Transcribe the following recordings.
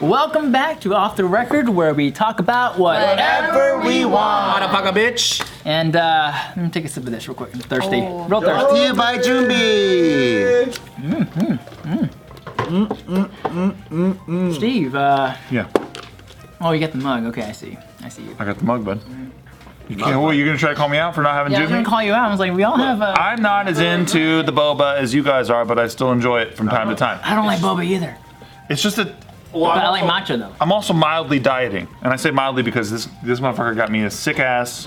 welcome back to Off the Record, where we talk about what. Whatever we want. Paka bitch. And uh, let me take a sip of this real quick. I'm thirsty, Oh. real thirsty. Oh. To you by Junbi. Steve, uh, Yeah, oh, you got the mug. Okay, I see. I see you. I got the mug, bud. You can't. Well, you're gonna try to call me out for not having Yeah, I was gonna Jimmy. call you out. I was like, we all have. Uh, I'm not as into the boba as you guys are, but I still enjoy it from time to Uh-huh. time. I don't like boba either, It's just that but I like matcha though. I'm also mildly dieting, and I say mildly because this this motherfucker got me a sick ass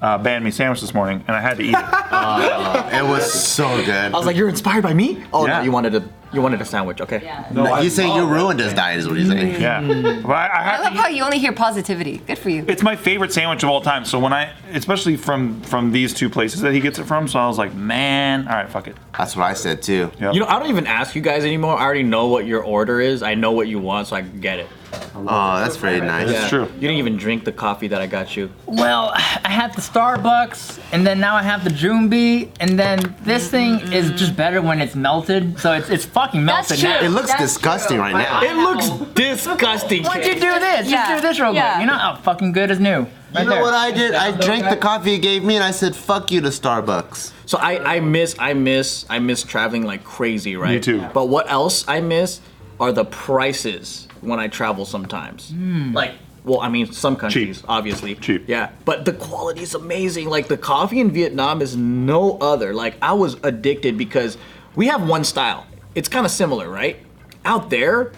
uh, banh mi sandwich this morning, and I had to eat it. It was so good. I was like, you're inspired by me? Oh Yeah. no, you wanted a you wanted a sandwich, okay? no, he's saying you ruined his diet, is what he's saying. Yeah, Mm. but I, I had I to love eat- how you only hear positivity. Good for you. it's my favorite sandwich of all time. So when I, especially from from these two places that he gets it from, so I was like, man, all right, fuck it. That's what I said too. Yeah. You know, I don't even ask you guys anymore. I already know what your order is. I know what you want, so I can get it. Oh, that's very nice. It's true. You didn't even drink the coffee that I got you. Well, I had the Starbucks, and then now I have the Joombi, and then this thing is just better when it's melted. So it's it's fucking melted. Mm-hmm. That's true. now. It looks That's disgusting true. right now. It looks disgusting. Why'd you do this? Yeah. Just do this real Yeah. quick. You know how fucking good is new. Right You know there. what I did? I drank the coffee you gave me and I said, fuck you to Starbucks. So I, I miss I miss I miss traveling like crazy, right? Me too. But what else I miss are the prices when I travel sometimes. Hmm. Like well, I mean some countries, Cheap. obviously. Cheap. Yeah. But the quality is amazing. Like the coffee in Vietnam is no other. Like I was addicted because we have one style. It's kind of similar, right? Out there,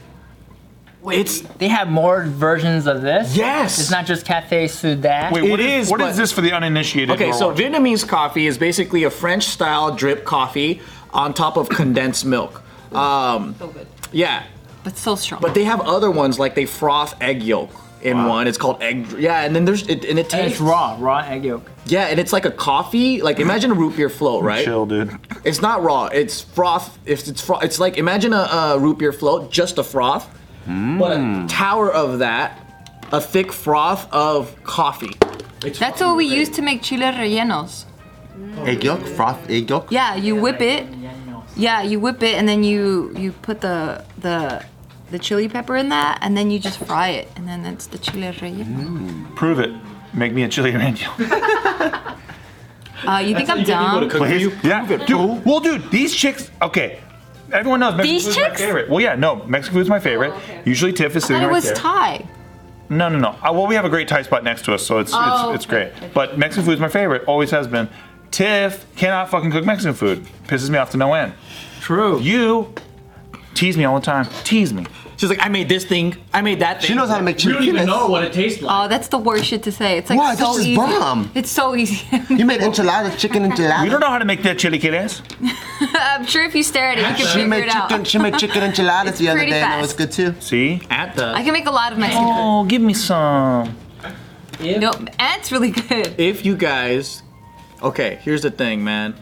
it's They have more versions of this. Yes. It's not just Cafe Sudan. Wait, what It is, is, what but- is this for the uninitiated? who Okay, are so watching? Vietnamese coffee is basically a French style drip coffee on top of condensed milk. Um, So good. yeah, But so strong. but they have other ones like they froth egg yolk in one. It's called egg. Yeah, and then there's it, and it And it's tastes raw, raw egg yolk. Yeah, and it's like a coffee. Like imagine a root beer float, right? chill, dude. It's not raw. It's froth. If it's froth, it's like imagine a, a root beer float, just a froth, Mm. but a tower of that, a thick froth of coffee. That's what we use to make chile rellenos. Egg yolk? Froth egg yolk? Yeah, you whip it. Yeah, you whip it and then you you put the the the chili pepper in that and then you just fry it and then it's the chile relleno. Prove it. Make me a chili relleno. Mm-hmm. Uh, you think I'm dumb? Please? yeah, dude. Well, dude, these chicks. Okay, everyone knows Mexican These food's chicks? Oh, my favorite. Well, yeah, no, Mexican food's my favorite. Usually, Tiff is I sitting thought it right was there. Thai. no, no, no. Uh, well, we have a great Thai spot next to us, so it's Oh, it's, it's okay. great. But Mexican food's my favorite. Always has been. Tiff cannot fucking cook Mexican food. Pisses me off to no end. True. You tease me all the time. Tease me. She's like, I made this thing. I made that thing. She knows how to make You don't even chilaquiles. know what it tastes like. Oh, that's the worst shit to say. It's like Why? This so is easy. bomb. It's so easy. You made enchiladas, chicken enchiladas. We don't know how to make that chili chilaquiles. I'm sure if you stare at it, you She can figure made it out. chicken. She made chicken enchiladas the other pretty day, and it fast. was good too. See? at the. I can make a lot of Mexican food. Oh, give me some. No, that's really good. if you guys okay here's the thing man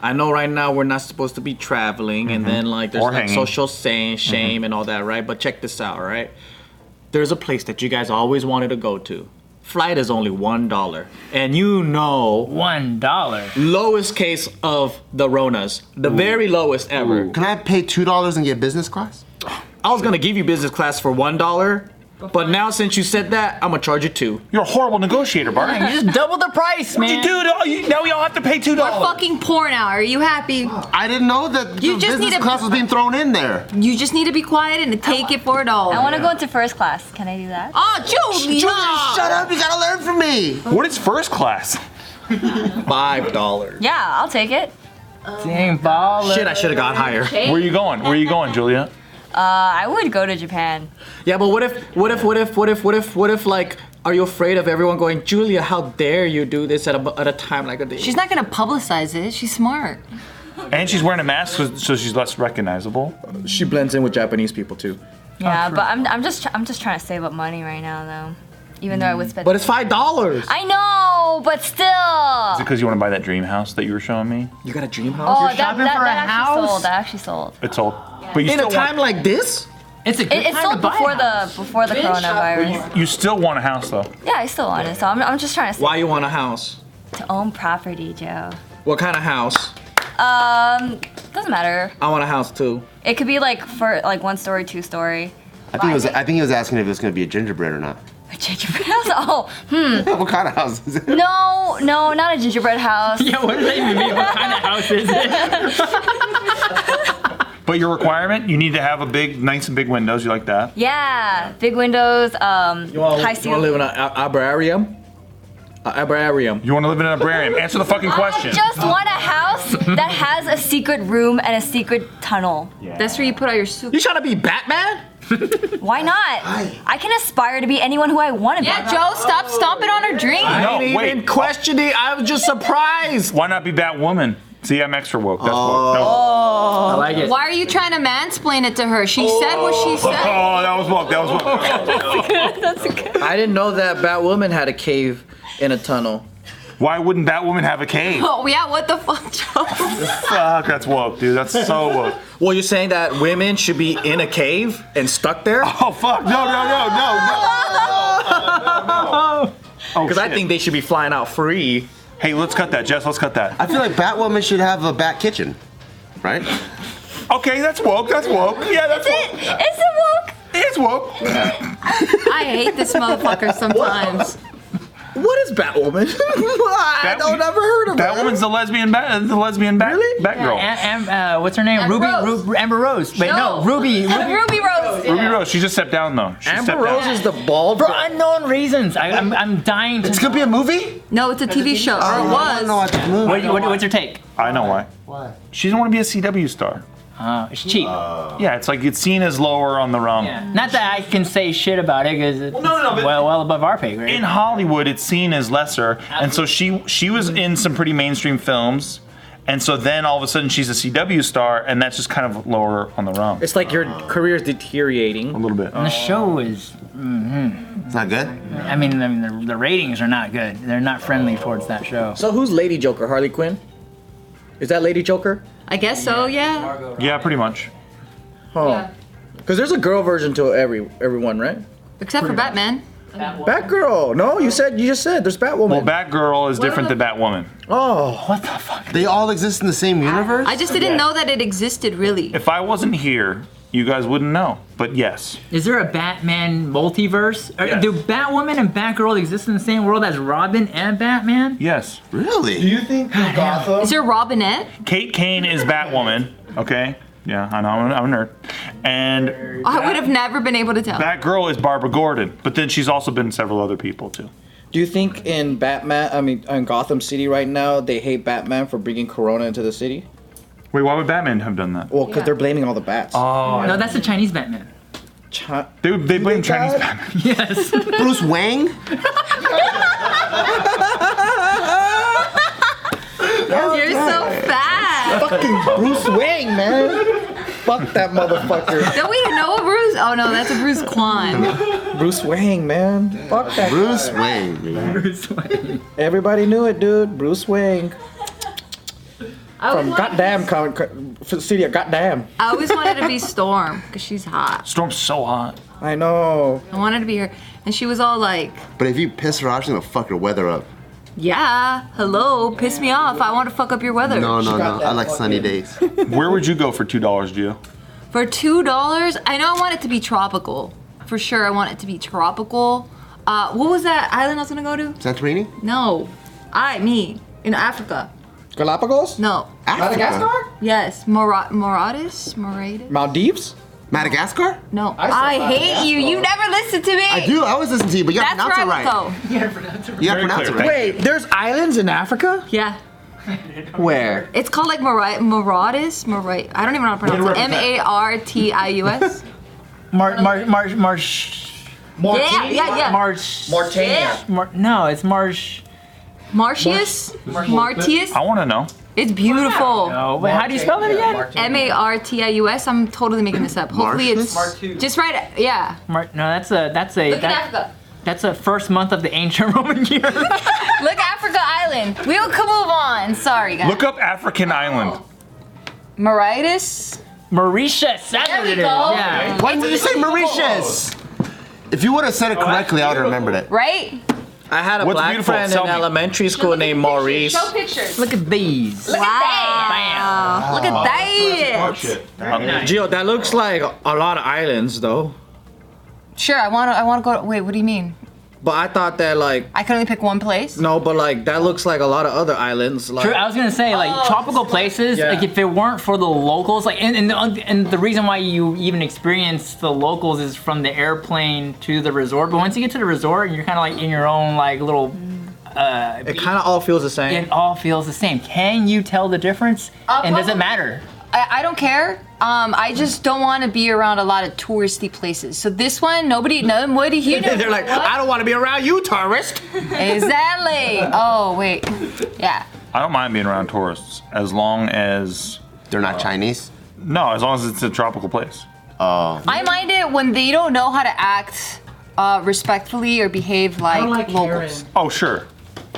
i know right now we're not supposed to be traveling and then like there's Mm-hmm. Or like hanging. Mm-hmm. social shame, shame and all that right but check this out right there's a place that you guys always wanted to go to flight is only one dollar and you know One dollar. lowest case of the ronas the very lowest ever Can I pay two dollars and get business class? i was gonna give you business class for one dollar but now since you said that i'm gonna charge you two You're a horrible negotiator, Bart. You just double the price, What'd man. you do? To, oh, you, now we all have to pay two We're dollars. fucking poor now. Are you happy? I didn't know that You the just business need a- class was being thrown in there. You just need to be quiet and take it for it all. I want to go into first class. Can I do that? Oh, Julia! Shut up! You gotta learn from me. What is first class? five dollars Yeah, I'll take it. Dang baller. shit i should have got higher Where are you going? Where are you going, Julia? Uh, I would go to Japan. Yeah, but what if, what if, what if, what if, what if, what if, like, are you afraid of everyone going, Julia, how dare you do this at a, at a time like this? She's not gonna publicize it. She's smart. And she's wearing a mask, so, so she's less recognizable. she blends in with Japanese people too. Yeah, but I'm, I'm just tr- I'm just trying to save up money right now though. Even though I would spend. But it's five dollars. I know, but still. Because you want to buy that dream house that you were showing me. You got a dream house? Oh, You're shopping for a actually house? sold. That actually sold. It's old, but you In still a time like this? It's a good It, time it to sold buy a before house. the before the coronavirus. want, you still want a house though. Yeah, I still want it, so I'm, I'm just trying to save Why you want a house? to own property, Joe. What kind of house? Um, doesn't matter. I want a house too. It could be like for like one story, two story. I think it was. I think he was asking if it was going to be a gingerbread or not. A gingerbread house? Oh, hmm. what kind of house is it? No, no, not a gingerbread house. Yeah, what does that even mean? What kind of house is it? But your requirement, you need to have a big, nice and big windows. You like that? Yeah, big windows, um, You want high to live in ceiling. an a- abrarium? A- abrarium. You want to live in an abrarium? Answer the fucking I question. just want a house that has a secret room and a secret tunnel. That's where you put all your soup. You trying to be Batman? Why not? I can aspire to be anyone who I want to Yeah, be. Joe, stop stomping on her drink. No, I ain't even wait. questioning. I was just surprised. Why not be Batwoman? See, I'm extra woke. That's woke. No. Oh. I like it. Why are you trying to mansplain it to her? She said what she said. Oh, that was woke. That was woke. I didn't know that Batwoman had a cave in a tunnel. Why wouldn't Batwoman have a cave? Oh yeah, what the fuck, Joe? Fuck, that's woke, dude. That's so woke. Well, you're saying that women should be in a cave and stuck there? Oh fuck! No, no, no, no, no. Oh, Because I think they should be flying out free. Hey, let's cut that, Jess. Let's cut that. I feel like Batwoman should have a bat kitchen, right? Okay, that's woke. That's woke. Yeah, that's woke. Is it woke? It's woke. I hate this motherfucker sometimes. What is Batwoman? I Bat- don't ever heard of That woman's the lesbian bat. The lesbian bat. Really? Bat girl. Am, Am- uh, what's her name? Amber Ruby Rose. Ru- Amber Rose. Wait, no, Ruby. Ruby. Ruby Rose. Ruby Rose. She just stepped down though. She Amber stepped Rose down. is the bald. For unknown reasons, I, I'm, I'm dying to. It's going to be a movie. No, it's a TV show. Or it I don't know was. what the movie. What, what, what's your take? I know why. Why? She doesn't want to be a CW star. Uh, it's cheap. Oh. Yeah, it's like it's seen as lower on the rung. Yeah. Not that I can say shit about it because it's no, no, but- well, well above our pay grade. in Hollywood, it's seen as lesser, and so she she was in some pretty mainstream films, and so then all of a sudden she's a CW star, and that's just kind of lower on the rung. It's like your career's deteriorating. a little bit. the show is. It's not good. I mean, I mean the, the ratings are not good. They're not friendly towards that show. So who's Lady Joker? Harley Quinn? Is that Lady Joker? I guess so. Yeah. yeah, pretty much. Huh. Because there's a girl version to every everyone, right? Except for Batman. Batgirl. No, you said you just said there's Well, Batwoman. Batgirl is different than Batwoman. oh, What the fuck? They all exist in the same universe. I just didn't know that it existed really. If I wasn't here, you guys wouldn't know. But yes, Is there a Batman multiverse? Or Yes. Do Batwoman and Batgirl exist in the same world as Robin and Batman? yes. Do really? you think that Gotham? Is there Robinette? Kate Kane is Batwoman. Okay. Yeah, I know. I'm, I'm a nerd. And I would have never been able to tell. Batgirl is Barbara Gordon, but then she's also been several other people too. do you think in Batman? I mean, in Gotham City right now, they hate Batman for bringing Corona into the city. Wait, why would Batman have done that? Well, because they're blaming all the bats. No, that's the Chinese Batman. Chi- They, they blame Chinese that? Batman. Yes. Bruce Wang? You're so fat. fucking Bruce Wayne, man. Fuck that motherfucker. Don't we know a Bruce? Oh no, that's a Bruce Kwan. Bruce Wayne, man. Fuck that. Bruce Wang. man. Everybody knew it, dude. Bruce Wayne. From goddamn con- con- f- city of goddamn. I always wanted to be Storm because she's hot. Storm's so hot. I know. I wanted to be her, and she was all like, But if you piss her off, she's going to fuck her weather up. "Yeah, hello, piss me off. I want to fuck up your weather." No, no, got no. that I like sunny fucking- days. Where would you go for two dollars, Gio? For two dollars, I know I want it to be tropical. For sure, I want it to be tropical. Uh, what was that island I was gonna go to? Santorini? No, I me in Africa. Galapagos? No, Madagascar? yes, Mora- Moratis, Moratis. Maldives? Madagascar? No, said I, that, hate you. You never listen to me. I do. I always listen to you, but you gotta That's where I pronounce it right. would go. You gotta Very pronounce it clear. right. Wait, there's islands in Africa? Yeah. Where? It's called like Mari- Maraudis. Marai- I don't even know how to pronounce it. M A R T I U S. Mar Mar Mar Marsh. Yeah, yeah, yeah. Marsh. Yeah. Mar- no, it's Marsh. Martius? Martius? I want to know. It's beautiful. No, wait, how do you spell it again? M A R T I U S. I'm totally making this up. Hopefully it's just right. Yeah. Mar- no, that's a that's a Look at that, Africa. that's a first month of the ancient Roman year. Look Africa Island. We will move on. Sorry, guys. Look up African Oh, island. Mauritius? Mauritius. That's There what we it is. go. Yeah. Why did you say Mauritius? If you would have said it correctly, I would have remembered it. Right? I had a What's black beautiful? friend Tell in me. elementary school named Maurice. pictures. Look at these. Look at that. Look at that. shit. Uh, Gio, that looks like a lot of islands, though. Sure, I want to. I want to go. Wait, what do you mean? But I thought that like I can only pick one place. no, but like that looks like a lot of other islands. Like True. I was gonna say like oh. tropical places. Yeah. Like if it weren't for the locals, like and and the, and the reason why you even experience the locals is from the airplane to the resort. But once you get to the resort, you're kind of like in your own like little. Uh, it kind of all feels the same. it all feels the same. Can you tell the difference? Uh, and does it probably- matter? I, I don't care. Um, I just don't want to be around a lot of touristy places. So this one, nobody, nobody here. knows They're like, what- I don't want to be around you, tourist. exactly. Oh wait, yeah. I don't mind being around tourists as long as They're not Chinese. no, as long as it's a tropical place. Oh. I mind it when they don't know how to act uh, respectfully or behave like, locals. Oh sure.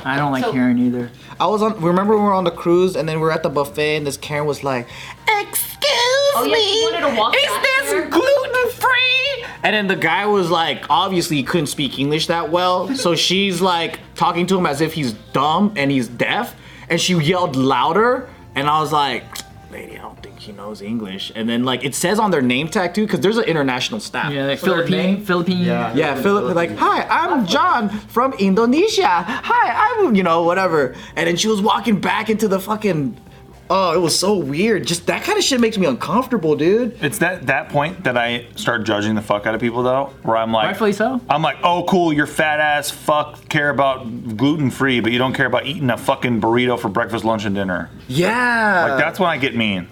I don't like Karen either. I was on. Remember when we were on the cruise and then we were at the buffet and this Karen was like, "Excuse Oh, yeah, she wanted to walk me, back is there." this gluten free?" And then the guy was like, obviously he couldn't speak English that well, so she's like talking to him as if he's dumb and he's deaf, and she yelled louder, and I was like. Lady, I don't think she knows English. And then, like, it says on their name tag too, because there's an international staff. Yeah, like So their Philippine, name- Philippine. yeah, Philip like, hi, I'm John from Indonesia. Hi, I'm you know whatever. And then she was walking back into the fucking. Oh, it was so weird. Just that kind of shit makes me uncomfortable, dude. It's that that point that I start judging the fuck out of people though, where I'm like, Rightfully so. I'm like, oh cool, you're fat ass fuck care about gluten free, but you don't care about eating a fucking burrito for breakfast, lunch, and dinner. Yeah, Uh, Like that's when I get mean.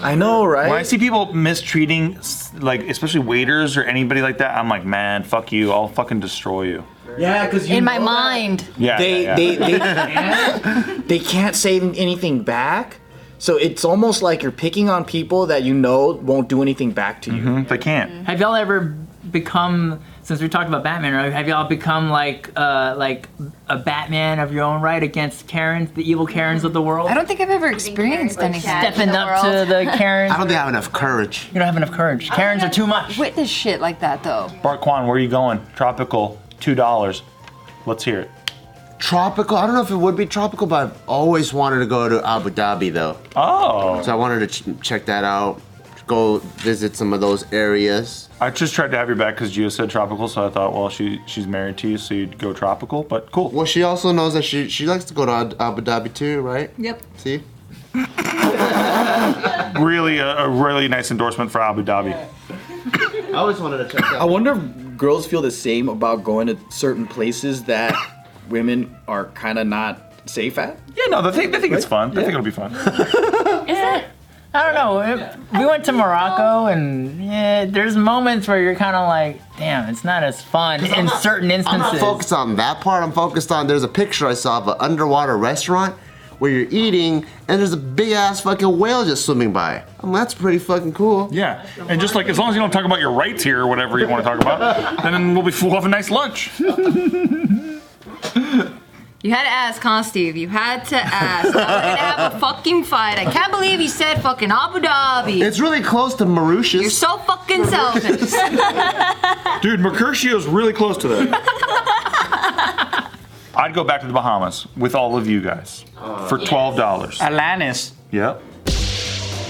I know, right? When I see people mistreating, s- like especially waiters or anybody like that, I'm like, man, fuck you, I'll fucking destroy you. yeah, because In my mind, Yeah. they yeah, yeah. they they they can't say anything back. So it's almost like you're picking on people that you know won't do anything back to you. they can't. Have y'all ever become since we talked about Batman earlier? Have y'all become like uh, like a Batman of your own right against Karens, the evil Karens of the world? I don't think I've ever experienced Like anything. that. Stepping in the up to world. the Karens. I don't think I have enough courage. you don't have enough courage. Karens are too much. Witness shit like that though. Bart Kwan, where are you going? Tropical, two dollars. Let's hear it. Tropical. I don't know if it would be tropical, but I've always wanted to go to Abu Dhabi though. Oh. So I wanted to ch- check that out. Go visit some of those areas. I just tried to have your back because Gio said tropical, so I thought, well, she she's married to you, so you'd go tropical. But cool. Well, she also knows that she she likes to go to Ad- Abu Dhabi too, right? Yep. See? Really, a, a really nice endorsement for Abu Dhabi. I always wanted to check I out. wonder if girls feel the same about going to certain places that women are kind of not safe at. Yeah, no, they think they think it's fun. They think it'll be fun. I don't know. It- we went to Morocco, and yeah, there's moments where you're kind of like, damn, it's not as fun in certain I'm instances. not focused on that part. I'm focused on there's a picture I saw of an underwater restaurant where you're eating and there's a big ass fucking whale just swimming by. I'm, that's pretty fucking cool. Yeah, and just like as long as you don't talk about your rights here or whatever you want to talk about, then we'll be full of a nice lunch. You had to ask, huh, Steve? You had to ask. Now We're gonna have a fucking fight. I can't believe you said fucking Abu Dhabi. It's really close to Mauritius. You're so fucking selfish. Dude, Mercutio's really close to that. I'd go back to the Bahamas with all of you guys for twelve dollars. Atlantis. Yep.